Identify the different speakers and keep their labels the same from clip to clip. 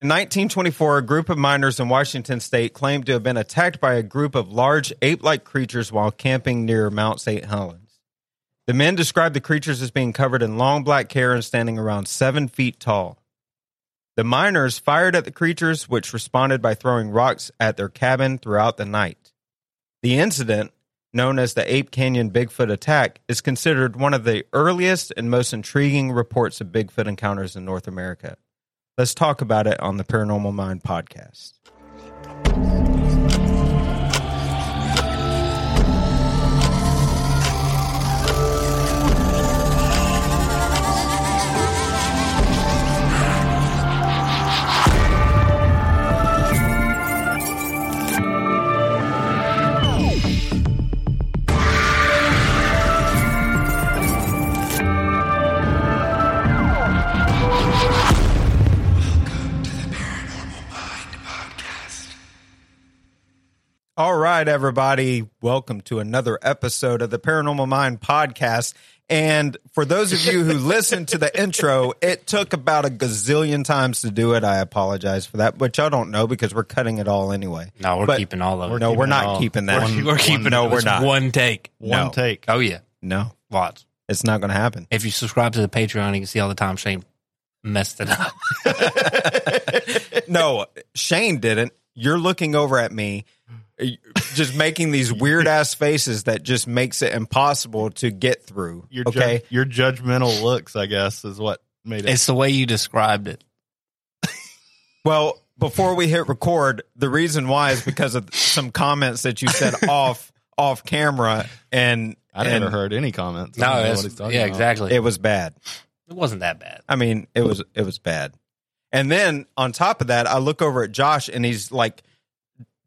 Speaker 1: In 1924, a group of miners in Washington state claimed to have been attacked by a group of large ape like creatures while camping near Mount St. Helens. The men described the creatures as being covered in long black hair and standing around seven feet tall. The miners fired at the creatures, which responded by throwing rocks at their cabin throughout the night. The incident, known as the Ape Canyon Bigfoot attack, is considered one of the earliest and most intriguing reports of Bigfoot encounters in North America. Let's talk about it on the Paranormal Mind podcast. All right, everybody, welcome to another episode of the Paranormal Mind podcast. And for those of you who listened to the intro, it took about a gazillion times to do it. I apologize for that, but y'all don't know because we're cutting it all anyway.
Speaker 2: No, we're
Speaker 1: But-
Speaker 2: keeping all of it.
Speaker 1: no, we're
Speaker 2: it
Speaker 1: not
Speaker 2: all.
Speaker 1: keeping that.
Speaker 2: We're,
Speaker 1: One-
Speaker 2: we're keeping
Speaker 1: no,
Speaker 2: it.
Speaker 1: we're
Speaker 2: It's
Speaker 1: not.
Speaker 2: One take.
Speaker 1: No.
Speaker 3: One take.
Speaker 2: Oh yeah,
Speaker 1: No,
Speaker 2: lots.
Speaker 1: it's not going to happen.
Speaker 2: If you subscribe to the Patreon, you can see all the time Shane messed it up.
Speaker 1: no, Shane didn't. You're looking over at me, just making these weird ass faces that just makes it impossible to get through.
Speaker 3: Your jud-
Speaker 1: okay,
Speaker 3: your judgmental looks, I guess, is what made it.
Speaker 2: it's the way you described it.
Speaker 1: Well, before we hit record, the reason why is because of some comments that you said off off camera, and
Speaker 3: I
Speaker 1: and
Speaker 3: never heard any comments.
Speaker 2: No,
Speaker 3: I don't know
Speaker 2: it's,
Speaker 3: what he's talking
Speaker 2: yeah,
Speaker 3: about.
Speaker 2: exactly.
Speaker 1: It
Speaker 2: It,
Speaker 1: was bad.
Speaker 2: wasn't that bad.
Speaker 1: I mean, it was it was bad. And then on top of that, I look over at Josh, and he's like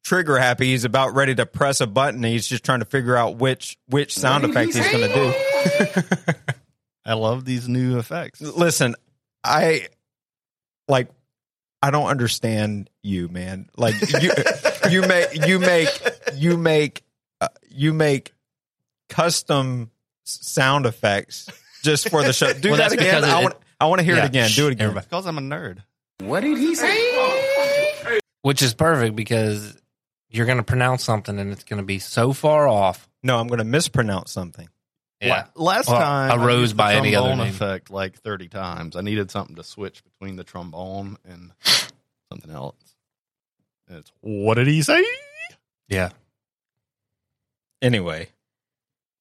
Speaker 1: trigger happy. He's about ready to press a button. And he's just trying to figure out which which sound effect he's going to do.
Speaker 3: I love these new effects.
Speaker 1: listen, I like I don't understand you, man. Like you you make you make you make uh, you make custom s- sound effects just for the show. Do
Speaker 2: Well,
Speaker 1: that
Speaker 2: that's
Speaker 1: again.
Speaker 2: because it-
Speaker 1: I want I want to hear
Speaker 2: Yeah,
Speaker 1: it again.
Speaker 2: shh,
Speaker 1: Do it again.
Speaker 2: everybody.
Speaker 3: Because I'm a nerd.
Speaker 2: Which is perfect because you're going to pronounce something and it's going to be so far off.
Speaker 1: No, I'm going to mispronounce something.
Speaker 2: Yeah.
Speaker 3: La- Last
Speaker 2: Well,
Speaker 3: time
Speaker 2: I rose
Speaker 3: used the
Speaker 2: by any other
Speaker 3: trombone
Speaker 2: name.
Speaker 3: effect like thirty times. I needed something to switch between the trombone and something else. And it's what did he say?
Speaker 2: Yeah.
Speaker 1: Anyway,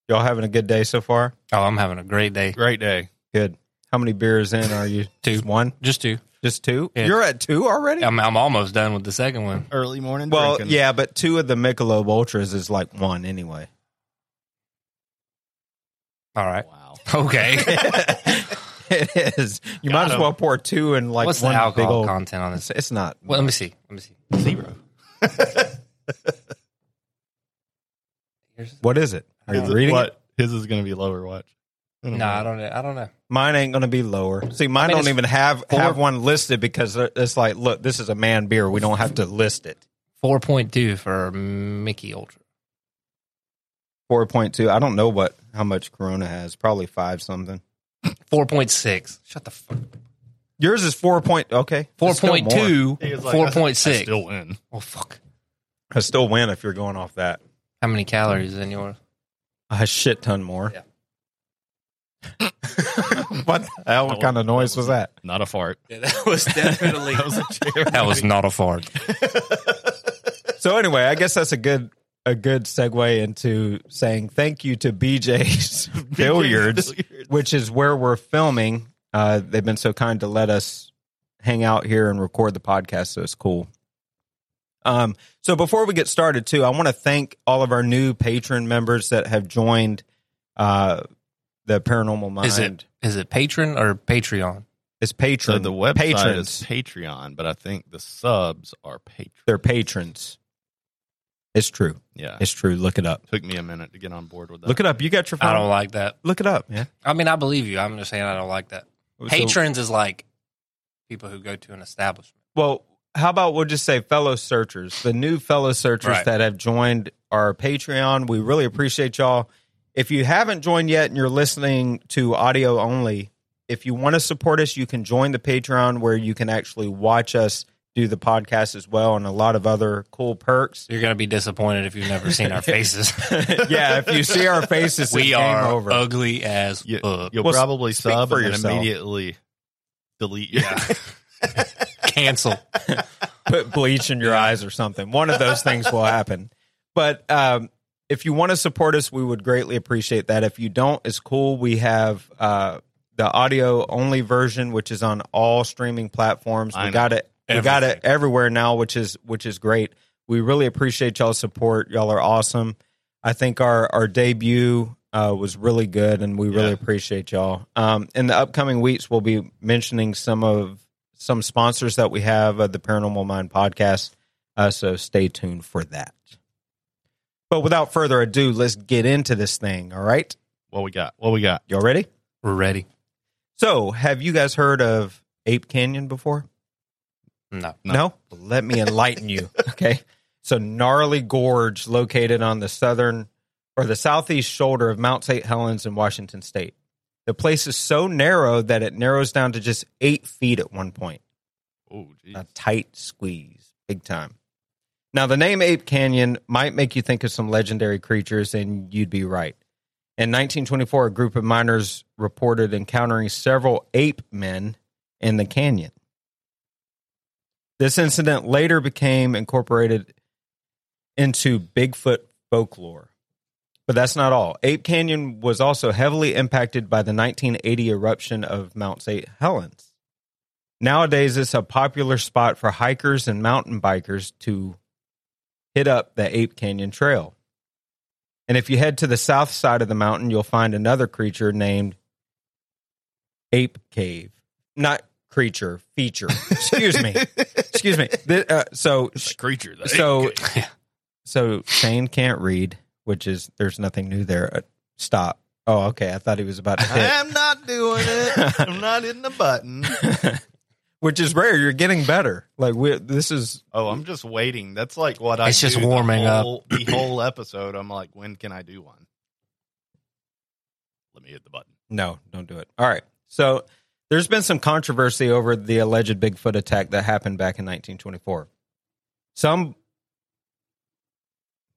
Speaker 1: y'all having a good day so far?
Speaker 2: Oh, I'm having a great day.
Speaker 3: Great day.
Speaker 1: Good. How many beers in are you?
Speaker 2: Two.
Speaker 1: Just one?
Speaker 2: Just two.
Speaker 1: Just two?
Speaker 2: Yeah.
Speaker 1: You're at two already?
Speaker 2: I'm, I'm almost done with the second one.
Speaker 3: Early morning.
Speaker 1: well,
Speaker 3: drinking.
Speaker 1: yeah, but two of the Michelob Ultras is like one anyway.
Speaker 2: All right.
Speaker 3: Wow.
Speaker 2: Okay.
Speaker 1: it is. You might
Speaker 3: Got
Speaker 1: as
Speaker 3: him.
Speaker 1: well pour two and like
Speaker 2: What's the
Speaker 1: one big
Speaker 2: alcohol
Speaker 1: old.
Speaker 2: content on this?
Speaker 1: It's, it's not.
Speaker 2: Well, let me see. Let me see.
Speaker 3: Zero.
Speaker 2: Here's,
Speaker 1: What is it? Are
Speaker 3: Is
Speaker 1: you
Speaker 3: it
Speaker 1: reading
Speaker 3: what?
Speaker 1: it?
Speaker 3: His is going to be lower. Watch.
Speaker 1: Hmm.
Speaker 2: no, I don't know. I don't know.
Speaker 1: Mine ain't going to be lower. See, mine
Speaker 2: I mean,
Speaker 1: don't
Speaker 2: it's
Speaker 1: even have
Speaker 2: four-
Speaker 1: have one listed because it's like, look, this is a man beer. We don't have to list it.
Speaker 2: Four point two for Mickey Ultra.
Speaker 1: Four point two. I don't know what how much Corona has. Probably five something.
Speaker 2: Four point six. Shut the fuck.
Speaker 1: Yours is four point. Okay,
Speaker 2: Four
Speaker 1: It's still
Speaker 2: point
Speaker 1: more.
Speaker 2: two.
Speaker 3: He was like,
Speaker 2: Four
Speaker 3: I-
Speaker 2: point
Speaker 3: I
Speaker 2: six.
Speaker 3: Still win.
Speaker 2: Oh fuck.
Speaker 1: I still win if you're going off that.
Speaker 2: How many calories is in yours?
Speaker 1: A shit ton more.
Speaker 2: Yeah.
Speaker 1: what the hell? What
Speaker 3: That
Speaker 1: kind of noise was that?
Speaker 3: Not a fart.
Speaker 2: Yeah, that was definitely
Speaker 3: That was a chair.
Speaker 2: that was not a fart.
Speaker 1: So anyway, I guess that's a good a good segue into saying thank you to BJ's Billiards,
Speaker 3: Billiards.
Speaker 1: which is where we're filming. Uh, they've been so kind to let us hang out here and record the podcast, so it's cool. Um, so before we get started, too, I want to thank all of our new patron members that have joined uh, the Paranormal Mind.
Speaker 2: Is it is it patron or Patreon?
Speaker 1: It's patron.
Speaker 3: So the website
Speaker 1: patrons.
Speaker 3: is Patreon, but I think the subs are Patreon.
Speaker 1: They're patrons. It's true.
Speaker 3: Yeah.
Speaker 1: It's true. Look it up.
Speaker 3: took me a minute to get on board with that.
Speaker 1: Look it up. You got your phone.
Speaker 2: I don't like that.
Speaker 1: Look it up, man.
Speaker 2: I mean, I believe you. I'm just saying I don't like that.
Speaker 1: So-
Speaker 2: Patrons is like people who go to an establishment.
Speaker 1: well, how about we'll just say fellow searchers, the new fellow searchers
Speaker 2: Right.
Speaker 1: that have joined our Patreon. We really appreciate y'all. If you haven't joined yet and you're listening to audio only, if you want to support us, you can join the Patreon where you can actually watch us do the podcast as well and a lot of other cool perks.
Speaker 2: You're gonna be disappointed if you've never seen our faces.
Speaker 1: yeah, if you see our faces, it's
Speaker 2: we
Speaker 1: game
Speaker 2: are
Speaker 1: over.
Speaker 2: ugly as
Speaker 3: You,
Speaker 2: fuck.
Speaker 3: will
Speaker 1: Well,
Speaker 3: probably
Speaker 1: speak
Speaker 3: sub
Speaker 1: for
Speaker 3: and then
Speaker 1: yourself.
Speaker 3: immediately delete. Yeah,
Speaker 2: Cancel.
Speaker 1: put bleach in your eyes or something. One of those things will happen. But um, if you want to support us, we would greatly appreciate that. If you don't, it's cool. We have uh, the audio only version, which is on all streaming platforms.
Speaker 3: I
Speaker 1: We
Speaker 3: know.
Speaker 1: got it. We got it
Speaker 2: Everything.
Speaker 1: everywhere now, which is which is great. We really appreciate y'all's support. Y'all are awesome. I think our our debut uh, was really good, and we really
Speaker 3: Yeah.
Speaker 1: appreciate y'all. Um, in the upcoming weeks, we'll be mentioning some of some sponsors that we have of the Paranormal Mind podcast. Uh, so stay tuned for that. But without further ado, let's get into this thing. All right,
Speaker 3: what we got? What we got?
Speaker 1: y'all ready?
Speaker 2: We're ready.
Speaker 1: So, have you guys heard of Ape Canyon before?
Speaker 2: No.
Speaker 1: No.
Speaker 3: No.
Speaker 1: Let me enlighten you. Okay. So gnarly gorge located on the southern or the southeast shoulder of Mount St. Helens in Washington State. The place is so narrow that it narrows down to just eight feet at one point.
Speaker 3: Oh, geez.
Speaker 1: A tight squeeze, big time. Now, the name Ape Canyon might make you think of some legendary creatures, and you'd be right. In 1924, a group of miners reported encountering several ape men in the canyon. This incident later became incorporated into Bigfoot folklore. But that's not all. Ape Canyon was also heavily impacted by the 1980 eruption of Mount St. Helens. Nowadays, it's a popular spot for hikers and mountain bikers to hit up the Ape Canyon Trail. And if you head to the south side of the mountain, you'll find another creature named Ape Cave. Not creature, feature. Excuse me. Excuse me. Th- uh, so,
Speaker 3: It's a creature. that-
Speaker 1: So- so Shane can't read, which is there's nothing new there. Uh, stop. Oh, okay. I thought he was about to hit.
Speaker 3: I'm not doing it. I'm not hitting the button.
Speaker 1: which is rare. You're getting better. Like we, this is
Speaker 3: Oh, I'm just waiting. That's like what I.
Speaker 2: It's just
Speaker 3: do the
Speaker 2: warming up.
Speaker 3: whole- The whole episode, I'm like, when can I do one? Let me hit the button.
Speaker 1: no, don't do it. All right. So there's been some controversy over the alleged Bigfoot attack that happened back in 1924. Some.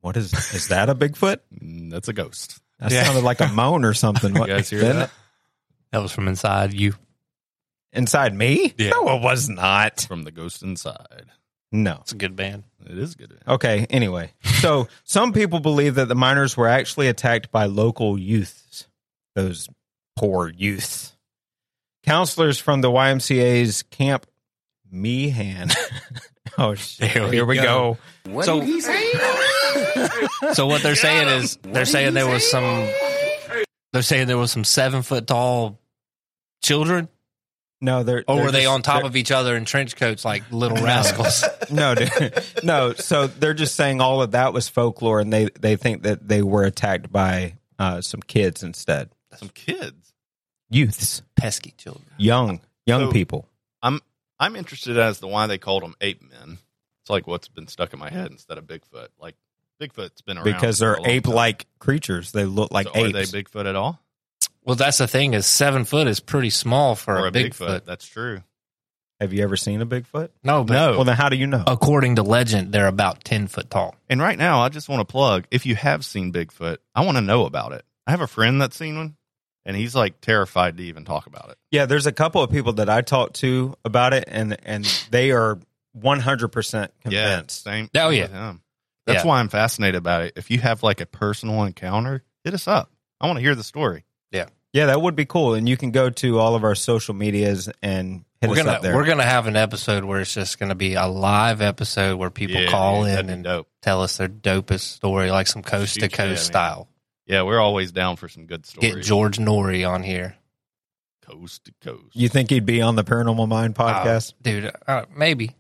Speaker 1: What is is that a Bigfoot?
Speaker 3: Mm, That's a ghost.
Speaker 1: That
Speaker 2: Yeah.
Speaker 1: sounded like a moan or something. What,
Speaker 3: guys hear
Speaker 1: didn't
Speaker 3: that?
Speaker 2: That was from inside you.
Speaker 1: it? Inside me?
Speaker 2: Yeah.
Speaker 1: No, it was not.
Speaker 3: From the ghost inside.
Speaker 1: No.
Speaker 2: It's a good band.
Speaker 3: It is good.
Speaker 1: Okay, anyway. So some people believe that the miners were actually attacked by local youths, those poor youths. Counselors from the YMCA's Camp Meehan. oh, shit.
Speaker 2: There we
Speaker 1: here we go.
Speaker 2: go. so, so what they're saying is they're saying there was some they're saying there was some seven foot tall children,
Speaker 1: No, they're.
Speaker 2: or
Speaker 3: Oh,
Speaker 1: they're
Speaker 2: were they
Speaker 1: just-
Speaker 2: on top
Speaker 1: they're-
Speaker 2: of each other in trench coats like little rascals?
Speaker 1: No, dude. no. So they're just saying all of that was folklore, and they they think that they were attacked by uh, some kids instead,
Speaker 3: Some kids.
Speaker 1: youths,
Speaker 2: Pesky children.
Speaker 1: young young
Speaker 3: So-
Speaker 1: people.
Speaker 3: I'm interested as to why they called them ape men. It's like what's been stuck in my head instead of Bigfoot. Like Bigfoot's been around
Speaker 1: because
Speaker 3: for a
Speaker 1: they're
Speaker 3: long time.
Speaker 1: ape like creatures. They look like
Speaker 3: So
Speaker 1: apes.
Speaker 3: Are they Bigfoot at all?
Speaker 2: Well, that's the thing is seven foot is pretty small for
Speaker 3: Or
Speaker 2: a, Bigfoot.
Speaker 3: That's true.
Speaker 1: Have you ever seen a Bigfoot?
Speaker 2: No, but
Speaker 1: Well, then how do you know?
Speaker 2: according to legend, they're about ten foot tall.
Speaker 3: And right now, I just want to plug if you have seen Bigfoot, I want to know about it. I have a friend that's seen one, and he's like terrified to even talk about it.
Speaker 1: Yeah, there's a couple of people that I talked to about it, and and they are 100 percent convinced.
Speaker 3: same.
Speaker 2: Oh,
Speaker 3: same
Speaker 2: yeah.
Speaker 3: with him. That's
Speaker 2: Yeah.
Speaker 3: why I'm fascinated about it. If you have like a personal encounter, hit us up. I want to hear the story.
Speaker 1: Yeah. that would be cool, and you can go to all of our social medias and hit us
Speaker 2: we're gonna
Speaker 1: up there.
Speaker 2: we're gonna have an episode where it's just gonna be a live episode where people
Speaker 3: Yeah,
Speaker 2: call
Speaker 3: dude,
Speaker 2: in
Speaker 3: that'd be
Speaker 2: and
Speaker 3: dope.
Speaker 2: tell us their dopest story, like some coast to
Speaker 3: Shoot, yeah, I mean,
Speaker 2: coast style.
Speaker 3: Yeah, we're always down for some good stories.
Speaker 2: Get George Nori on here,
Speaker 3: coast to coast.
Speaker 1: you think he'd be on the Paranormal Mind podcast?
Speaker 2: Uh, dude. Uh, maybe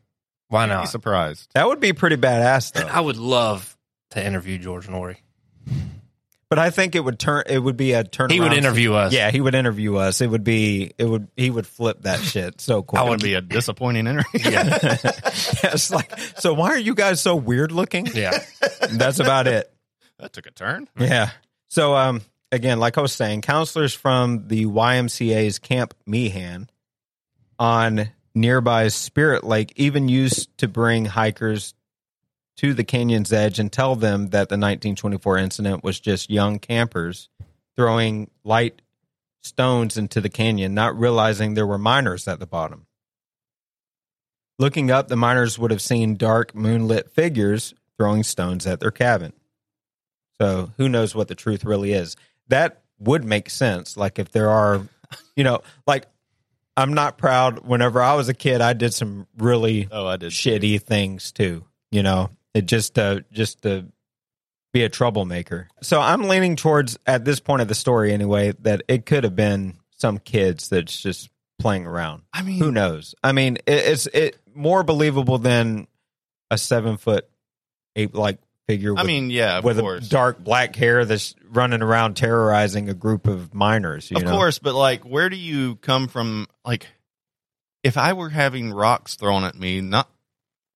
Speaker 2: why
Speaker 3: You'd be
Speaker 2: not?
Speaker 3: surprised.
Speaker 1: that would be pretty badass,
Speaker 2: I
Speaker 1: though.
Speaker 2: would love to interview George Nori.
Speaker 1: But I think it would turn. It would be a turn.
Speaker 2: He would interview us.
Speaker 1: Yeah, he would interview us. It would be. It would. He would flip that shit so quick.
Speaker 2: I
Speaker 3: That would be a disappointing interview.
Speaker 1: yeah, it's like. So why are you guys so weird looking?
Speaker 2: yeah.
Speaker 1: That's about it.
Speaker 3: That took a turn.
Speaker 1: Yeah. So um again, like I was saying, counselors from the YMCA's Camp Meehan on nearby Spirit Lake even used to bring hikers to the canyon's edge and tell them that the 1924 incident was just young campers throwing light stones into the canyon, not realizing there were miners at the bottom. Looking up, the miners would have seen dark, moonlit figures throwing stones at their cabin. So who knows what the truth really is? That would make sense. Like if there are, you know, like I'm not proud. Whenever I was a kid, I did some really
Speaker 3: Oh, I did.
Speaker 1: shitty things too. You know, it just uh, just to be a troublemaker. So I'm leaning towards at this point of the story anyway that it could have been some kids that's just playing around.
Speaker 3: I mean,
Speaker 1: Who knows? I mean, it, it's it more believable than a seven foot ape like figure. With,
Speaker 3: I mean, yeah, of
Speaker 1: with a
Speaker 3: course,
Speaker 1: dark black hair that's running around terrorizing a group of miners. You
Speaker 3: of
Speaker 1: know?
Speaker 3: course. But like, where do you come from? Like, if I were having rocks thrown at me, not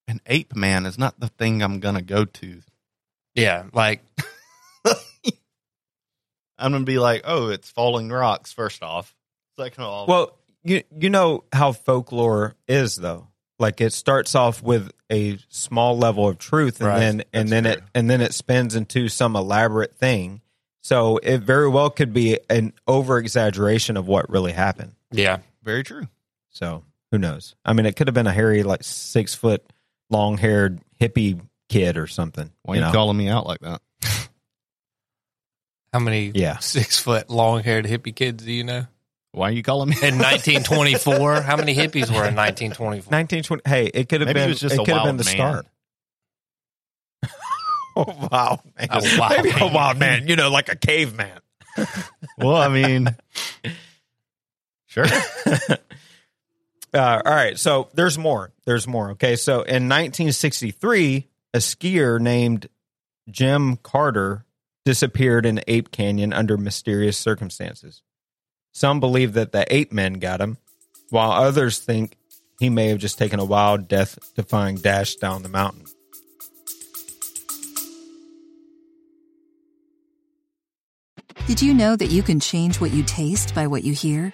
Speaker 3: an ape man is not the thing I'm gonna go to.
Speaker 2: Yeah, like
Speaker 3: I'm gonna be like, oh, it's falling rocks. First off, second off,
Speaker 1: Well, you you know how folklore is though. Like it starts off with a small level of truth and
Speaker 2: Right.
Speaker 1: then and
Speaker 3: That's
Speaker 1: then it
Speaker 3: true.
Speaker 1: and then it spins into some elaborate thing. So it very well could be an over exaggeration of what really happened.
Speaker 2: yeah,
Speaker 3: very true.
Speaker 1: So who knows? I mean it could have been a hairy like six foot long haired hippie kid or something.
Speaker 3: Why
Speaker 1: you
Speaker 3: you
Speaker 1: know?
Speaker 3: calling me out like that?
Speaker 2: how many
Speaker 1: Yeah.
Speaker 2: six foot long haired hippie kids do you know?
Speaker 3: Why are you calling me?
Speaker 2: In 1924, how many hippies were in 1924?
Speaker 1: Nineteen twenty hey, it could have
Speaker 3: Maybe he
Speaker 1: been
Speaker 3: was just
Speaker 1: it
Speaker 3: a
Speaker 1: could have been
Speaker 3: wild
Speaker 1: the
Speaker 3: man.
Speaker 1: start. Oh wow, man.
Speaker 2: A wild
Speaker 1: Maybe a
Speaker 2: man.
Speaker 1: wild man, you know, like a caveman.
Speaker 3: well, I mean, sure.
Speaker 1: Uh, all right, so there's more. There's more. Okay, so in 1963, a skier named Jim Carter disappeared in Ape Canyon under mysterious circumstances. Some believe that the ape men got him, while others think he may have just taken a wild, death-defying dash down the mountain.
Speaker 4: Did you know that you can change what you taste by what you hear?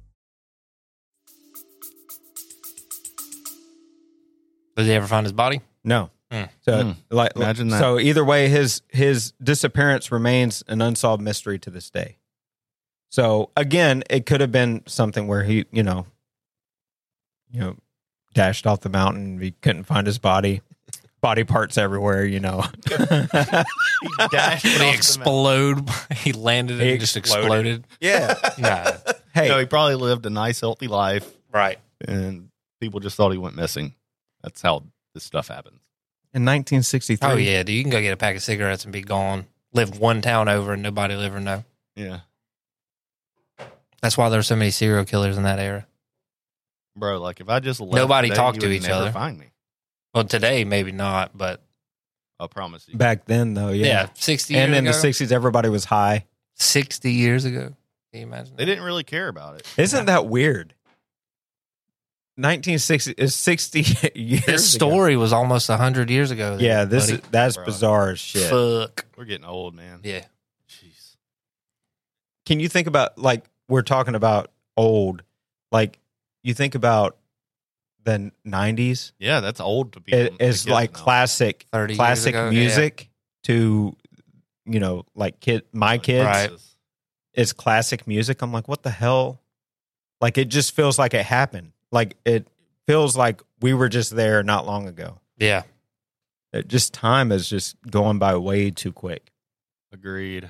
Speaker 2: Did they ever find his body?
Speaker 1: No.
Speaker 2: Mm.
Speaker 1: So,
Speaker 3: Mm.
Speaker 1: like,
Speaker 3: Imagine that.
Speaker 1: So, either way, his his disappearance remains an unsolved mystery to this day. So, again, it could have been something where he, you know, you know, dashed off the mountain. He couldn't find his body. Body parts everywhere. You know,
Speaker 3: He dashed
Speaker 2: Did
Speaker 3: off
Speaker 2: he
Speaker 3: the
Speaker 2: explode? he landed and
Speaker 1: He
Speaker 2: just
Speaker 1: exploded.
Speaker 2: exploded.
Speaker 1: yeah.
Speaker 2: nah,
Speaker 1: Hey,
Speaker 3: No, he probably lived a nice, healthy life,
Speaker 2: right.
Speaker 3: and people just thought he went missing. That's how this stuff happens.
Speaker 1: in 1963.
Speaker 2: Oh yeah, dude, you can go get a pack of cigarettes and be gone. Live one town over and nobody will ever know.
Speaker 3: Yeah,
Speaker 2: That's why there's so many serial killers in that era.
Speaker 3: bro. Like if I just left
Speaker 2: Nobody
Speaker 3: today,
Speaker 2: talked
Speaker 3: you
Speaker 2: to
Speaker 3: would
Speaker 2: each
Speaker 3: never
Speaker 2: other.
Speaker 3: Find me.
Speaker 2: Well, today maybe not, but
Speaker 3: I promise you.
Speaker 1: Back then, though,
Speaker 2: yeah,
Speaker 1: yeah.
Speaker 2: sixty
Speaker 1: and
Speaker 2: years
Speaker 1: in
Speaker 2: ago.
Speaker 1: the 60s, everybody was high.
Speaker 2: sixty years ago, can you imagine?
Speaker 3: They didn't really care about it.
Speaker 1: Isn't that weird? 1960 is 60 years.
Speaker 2: This
Speaker 1: ago.
Speaker 2: story was almost hundred years ago.
Speaker 1: Yeah, this
Speaker 2: buddy.
Speaker 1: is that's
Speaker 3: Bruh.
Speaker 1: bizarre as shit.
Speaker 2: fuck.
Speaker 3: We're getting old, man.
Speaker 2: Yeah,
Speaker 3: Jeez.
Speaker 1: Can you think about like we're talking about old, like you think about the nineties?
Speaker 3: Yeah, that's old to be.
Speaker 1: It
Speaker 3: to
Speaker 1: is
Speaker 3: kids
Speaker 1: like
Speaker 3: now.
Speaker 1: classic,
Speaker 2: 30 years
Speaker 1: classic
Speaker 2: ago, yeah.
Speaker 1: music to you know like kid my kids
Speaker 2: Right.
Speaker 1: is classic music. I'm like, what the hell? Like it just feels like it happened. Like it feels like we were just there not long ago.
Speaker 2: yeah.
Speaker 1: It Uh, just time is just going by way too quick.
Speaker 3: Agreed.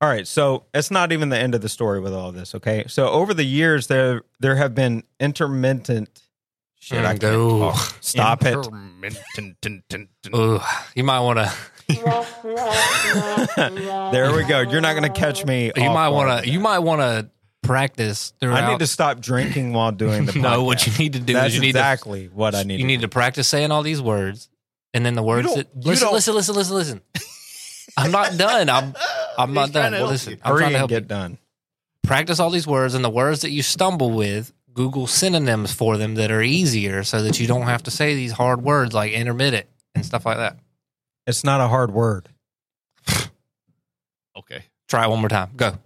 Speaker 1: All right, so it's not even the end of the story with all this, okay? So over the years there there have been intermittent shit I
Speaker 2: Mm,
Speaker 1: can't Oh.
Speaker 2: go.
Speaker 1: talk. Stop it.
Speaker 2: Ooh, you might want to.
Speaker 1: there we go. You're not going to catch me.
Speaker 2: You
Speaker 1: off
Speaker 2: might
Speaker 1: guard
Speaker 2: want
Speaker 1: with
Speaker 2: to. You
Speaker 1: that.
Speaker 2: might want to practice.
Speaker 1: I
Speaker 2: throughout-
Speaker 1: need to stop drinking while doing the podcast.
Speaker 2: No, what you need to do
Speaker 1: That's
Speaker 2: is you need to
Speaker 1: exactly what I need.
Speaker 2: you
Speaker 1: to
Speaker 2: need to practice saying all these words And then the words
Speaker 3: don't-
Speaker 2: that
Speaker 3: you
Speaker 2: listen,
Speaker 3: don't-
Speaker 2: listen, listen, listen, listen. I'm not done. I'm I'm
Speaker 3: He's
Speaker 2: not done.
Speaker 3: trying
Speaker 2: Well,
Speaker 3: to help
Speaker 2: listen,
Speaker 3: you.
Speaker 2: I'm
Speaker 1: Hurry
Speaker 2: trying
Speaker 1: and
Speaker 2: to help you.
Speaker 1: get done.
Speaker 2: Practice all these words, and the words that you stumble with, Google synonyms for them that are easier, so that you don't have to say these hard words like intermittent and stuff like that.
Speaker 1: It's not a hard word.
Speaker 3: Okay.
Speaker 2: Try it one more time. Go.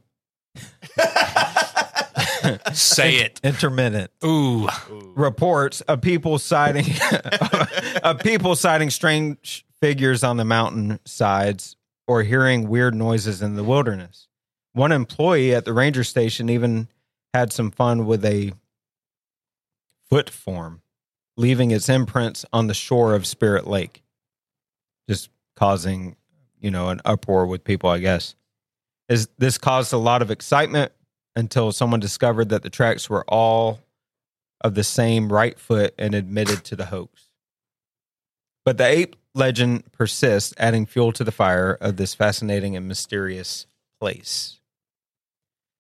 Speaker 2: say it.
Speaker 1: Intermittent.
Speaker 2: Ooh.
Speaker 1: reports of people sighting of people sighting strange figures on the mountain sides or hearing weird noises in the wilderness. One employee at the ranger station even had some fun with a foot form, leaving its imprints on the shore of Spirit Lake, just causing, you know, an uproar with people, I guess. Is this caused a lot of excitement until someone discovered that the tracks were all of the same right foot and admitted to the hoax. But the ape legend persists, adding fuel to the fire of this fascinating and mysterious place.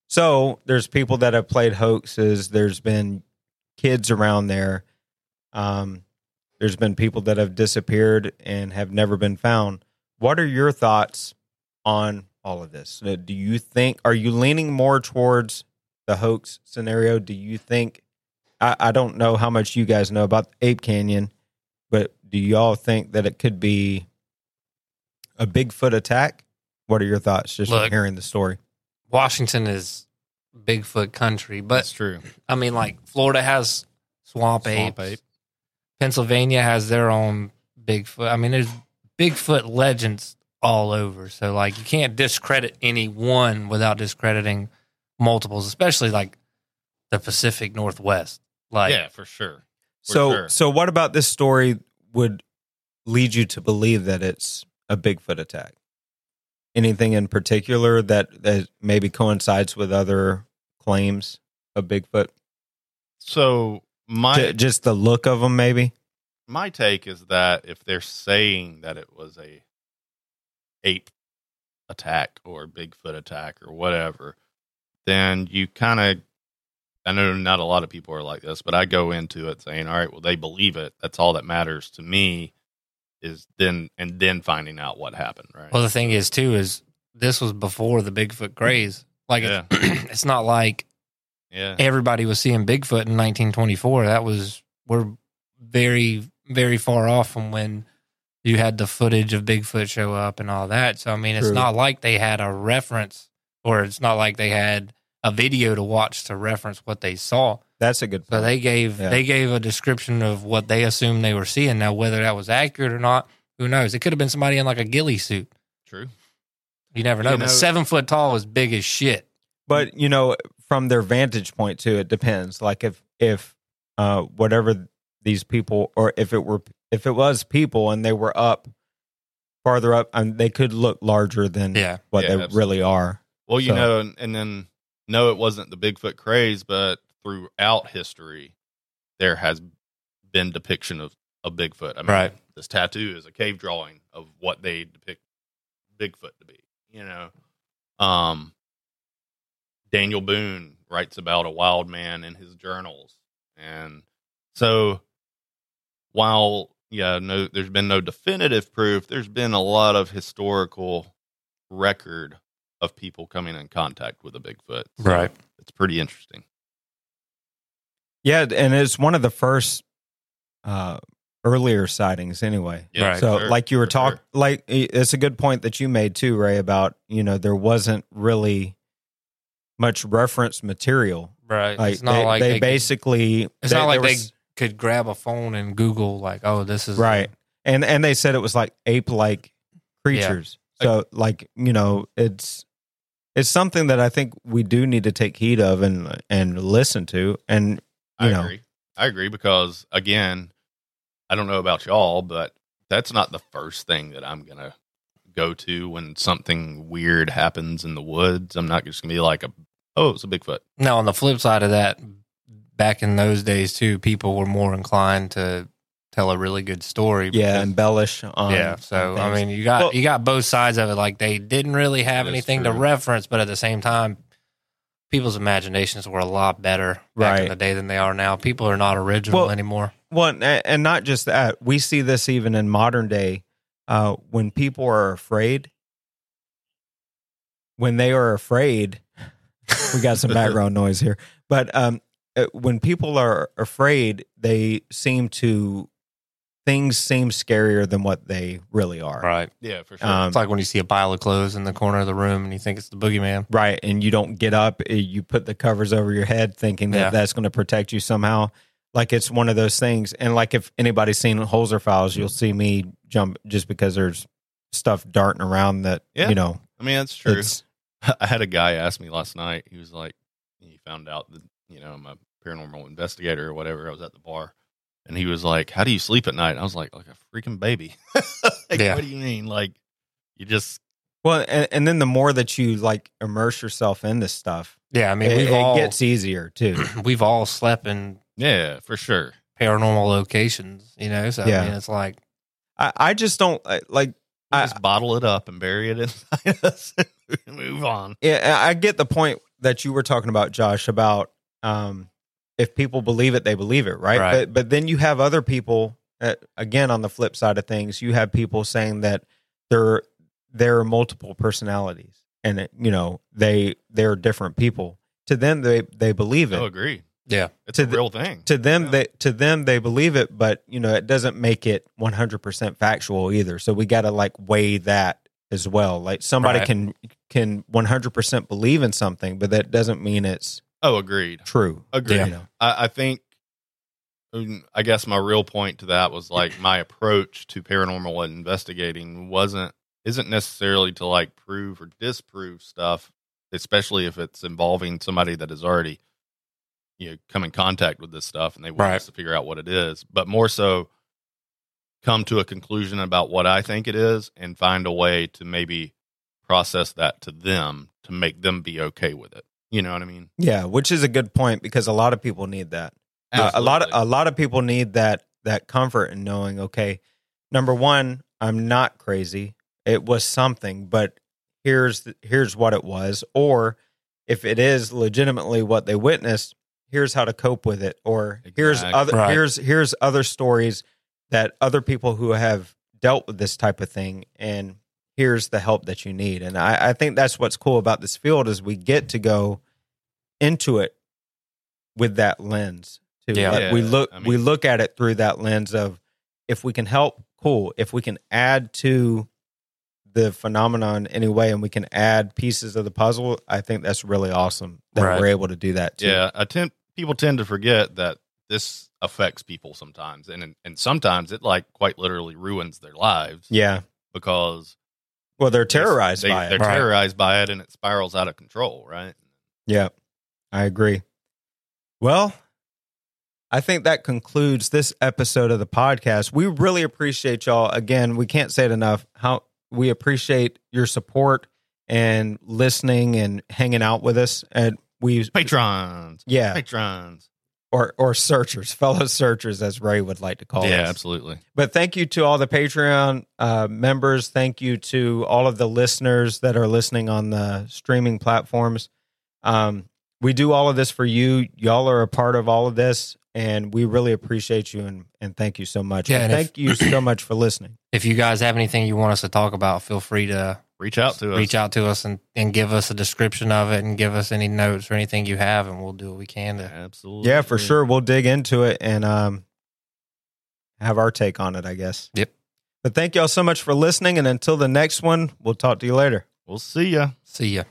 Speaker 1: So there's people that have played hoaxes. There's been kids around there. Um, there's been people that have disappeared and have never been found. What are your thoughts on all of this? Uh, Do you think, are you leaning more towards the hoax scenario? Do you think I, I don't know how much you guys know about Ape Canyon, but do y'all think that it could be a Bigfoot attack? What are your thoughts just from
Speaker 2: Look.
Speaker 1: hearing the story?
Speaker 2: Washington is Bigfoot country, but
Speaker 3: That's true.
Speaker 2: I mean, like Florida has swamp,
Speaker 3: Swamp
Speaker 2: apes.
Speaker 3: ape.
Speaker 2: Pennsylvania has their own Bigfoot. I mean, there's Bigfoot legends all over. So like, you can't discredit any one without discrediting multiples, especially like the Pacific Northwest. Like,
Speaker 3: yeah, for sure. For
Speaker 1: So,
Speaker 3: sure.
Speaker 1: so what about this story would lead you to believe that it's a Bigfoot attack? Anything in particular that, that maybe coincides with other claims of Bigfoot?
Speaker 3: So my
Speaker 1: J- just the look of them, maybe.
Speaker 3: my take is that if they're saying that it was a ape attack or Bigfoot attack or whatever, then you kind of I know not a lot of people are like this, but I go into it saying, "All right, well they believe it. That's all that matters to me." Is then and then finding out what happened, right?
Speaker 2: Well, the thing is, too, is this was before the Bigfoot craze. Like, it's- it's not like
Speaker 3: yeah.
Speaker 2: everybody was seeing Bigfoot in 1924. That was we're very very far off from when you had the footage of Bigfoot show up and all that. So I mean, it's
Speaker 1: True.
Speaker 2: not like they had a reference, or it's not like they had a video to watch to reference what they saw.
Speaker 1: That's a good
Speaker 2: So
Speaker 1: point.
Speaker 2: they gave
Speaker 1: Yeah.
Speaker 2: they gave a description of what they assumed they were seeing. Now whether that was accurate or not, who knows? It could have been somebody in like a ghillie suit.
Speaker 3: True.
Speaker 2: You never know.
Speaker 3: You
Speaker 2: but
Speaker 3: know-
Speaker 2: seven foot tall is big as shit.
Speaker 1: but you know from their vantage point too it depends like if if uh whatever these people or if it were if it was people and they were up farther up and they could look larger than
Speaker 2: Yeah.
Speaker 1: what
Speaker 3: Yeah,
Speaker 1: they
Speaker 3: absolutely.
Speaker 1: really are
Speaker 3: Well, you
Speaker 1: So-
Speaker 3: know, and, and then no, it wasn't the Bigfoot craze, but throughout history, there has been depiction of a Bigfoot. I mean,
Speaker 2: Right.
Speaker 3: this tattoo is a cave drawing of what they depict Bigfoot to be. You know, um, Daniel Boone writes about a wild man in his journals, and so while yeah, no, there's been no definitive proof. There's been a lot of historical record of people coming in contact with a Bigfoot. So It's pretty interesting.
Speaker 1: yeah and it's one of the first uh earlier sightings anyway
Speaker 2: Yeah, Right.
Speaker 1: so
Speaker 3: for sure,
Speaker 1: like you were
Speaker 3: for sure.
Speaker 1: talking like it's a good point that you made too ray about you know there wasn't really much reference material
Speaker 2: Right.
Speaker 1: like,
Speaker 2: it's not
Speaker 1: they,
Speaker 2: like
Speaker 1: they
Speaker 2: they could-
Speaker 1: basically
Speaker 2: It's not like
Speaker 1: there
Speaker 2: they
Speaker 1: was-
Speaker 2: could grab a phone and Google like, oh, this is
Speaker 1: right and and they said it was like ape like creatures so like you know it's it's something that i think we do need to take heed of and and listen to and
Speaker 3: I
Speaker 1: you know.
Speaker 3: agree. I agree because again, I don't know about y'all, but that's not the first thing that I'm gonna go to when something weird happens in the woods. I'm not just gonna be like a oh, it's a Bigfoot.
Speaker 2: Now, on the flip side of that, back in those days too, people were more inclined to tell a really good story.
Speaker 1: yeah
Speaker 2: because-
Speaker 1: embellish on
Speaker 2: yeah. So
Speaker 1: on
Speaker 2: I
Speaker 1: things.
Speaker 2: mean, you got
Speaker 1: Well-
Speaker 2: you got both sides of it. Like they didn't really have
Speaker 3: That's
Speaker 2: anything to
Speaker 3: true.
Speaker 2: reference, but at the same time, people's imaginations were a lot better back in
Speaker 1: Right.
Speaker 2: the day than they are now. People are not original
Speaker 1: Well,
Speaker 2: anymore.
Speaker 1: Well, and- and not just that, we see this even in modern day uh, when people are afraid. When they are afraid, we got some background noise here, but um, uh, when people are afraid, they seem to things seem scarier than what they really are.
Speaker 2: Right.
Speaker 3: Yeah, for sure.
Speaker 1: Um,
Speaker 2: It's like when you see a pile of clothes in the corner of the room and you think it's the boogeyman.
Speaker 1: Right. And you don't get up. eh, You put the covers over your head thinking that
Speaker 2: Yeah.
Speaker 1: that's going to protect you somehow. Like it's one of those things. And like if anybody's seen Holzer Files, you'll see me jump just because there's stuff darting around that,
Speaker 3: Yeah.
Speaker 1: you know,
Speaker 3: I mean, that's true.
Speaker 1: it's
Speaker 3: I had a guy ask me last night. He was like, he found out that you know I'm a paranormal investigator or whatever. I was at the bar, and he was like, "How do you sleep at night?" And I was like, "Like a freaking baby." like,
Speaker 2: Yeah.
Speaker 3: What do you mean? Like you just
Speaker 1: well, and, and then the more that you like immerse yourself in this stuff,
Speaker 2: Yeah, I mean,
Speaker 1: it,
Speaker 2: we've
Speaker 1: it
Speaker 2: all
Speaker 1: gets easier too.
Speaker 2: we've all slept in
Speaker 3: yeah, for sure.
Speaker 2: paranormal locations, you know. So
Speaker 1: Yeah.
Speaker 2: I mean, it's like
Speaker 1: I, I just don't eh, like,
Speaker 3: We
Speaker 1: I-
Speaker 3: just bottle it up and bury it inside us and move on.
Speaker 1: Yeah, I I get the point that you were talking about, Josh, about um, if people believe it, they believe it, right?
Speaker 2: Right.
Speaker 1: But but then you have other people. uh again, on the flip side of things, you have people saying that there there are multiple personalities, and it, you know they they're different people. To them, they they believe it.
Speaker 3: I agree.
Speaker 2: Yeah.
Speaker 3: Oh, it's
Speaker 1: To
Speaker 3: a
Speaker 1: the-
Speaker 3: real thing.
Speaker 1: To them,
Speaker 3: Yeah.
Speaker 1: they to them they believe it, but you know it doesn't make it one hundred percent factual either. So we got to like weigh that as well. Like somebody
Speaker 2: Right.
Speaker 1: can can one hundred percent believe in something, but that doesn't mean it's
Speaker 3: oh, agreed.
Speaker 1: true.
Speaker 3: Agreed.
Speaker 1: You know?
Speaker 3: I, I think, um, I guess my real point to that was like my approach to paranormal investigating wasn't isn't necessarily to like prove or disprove stuff, especially if it's involving somebody that has already you know come in contact with this stuff and they want
Speaker 2: Right.
Speaker 3: us to figure out what it is, but more so come to a conclusion about what I think it is and find a way to maybe process that to them to make them be okay with it. You know what I mean?
Speaker 1: Yeah, which is a good point because a lot of people need that. Uh, a lot of
Speaker 3: Absolutely.
Speaker 1: a lot of people need that that comfort in knowing. Okay, number one, I'm not crazy. It was something, but here's the, here's what it was. Or if it is legitimately what they witnessed, here's how to cope with it. Or here's
Speaker 3: Exactly.
Speaker 1: other
Speaker 2: Right.
Speaker 1: here's here's other stories that other people who have dealt with this type of thing and here's the help that you need. And I, I think that's what's cool about this field is we get to go into it with that lens too.
Speaker 2: Yeah.
Speaker 1: Like, we
Speaker 3: Yeah,
Speaker 1: look
Speaker 3: I
Speaker 1: we
Speaker 3: mean-
Speaker 1: look at it through that lens of if we can help, cool. If we can add to the phenomenon in any way and we can add pieces of the puzzle, I think that's really awesome that
Speaker 2: Right.
Speaker 1: we're able to do that too.
Speaker 3: Yeah, I tend, people tend to forget that this affects people sometimes, and and sometimes it like quite literally ruins their lives.
Speaker 1: Yeah.
Speaker 3: because
Speaker 1: Well, they're terrorized
Speaker 3: they,
Speaker 1: by it.
Speaker 3: They're
Speaker 2: Right.
Speaker 3: terrorized by it, and it spirals out of control. Right?
Speaker 1: Yeah, I agree. Well, I think that concludes this episode of the podcast. We really appreciate y'all. Again, we can't say it enough how we appreciate your support and listening and hanging out with us. And we,
Speaker 3: Patrons,
Speaker 1: yeah,
Speaker 3: patrons.
Speaker 1: or or searchers, fellow searchers, as Ray would like to call
Speaker 3: yeah,
Speaker 1: us.
Speaker 3: absolutely.
Speaker 1: But thank you to all the Patreon uh, members. Thank you to all of the listeners that are listening on the streaming platforms. Um, we do all of this for you. Y'all are a part of all of this, and we really appreciate you and, and thank you so much.
Speaker 2: Yeah,
Speaker 1: And
Speaker 2: and if-
Speaker 1: thank you so much for listening.
Speaker 2: if you guys have anything you want us to talk about, feel free to
Speaker 3: Reach out to us.
Speaker 2: reach out to us and, and give us a description of it and give us any notes or anything you have, and we'll do what we can to
Speaker 3: Absolutely.
Speaker 1: Yeah, for sure. We'll dig into it and um, have our take on it, I guess.
Speaker 2: Yep.
Speaker 1: But thank y'all so much for listening. And until the next one, we'll talk to you later.
Speaker 3: We'll see ya.
Speaker 2: see you.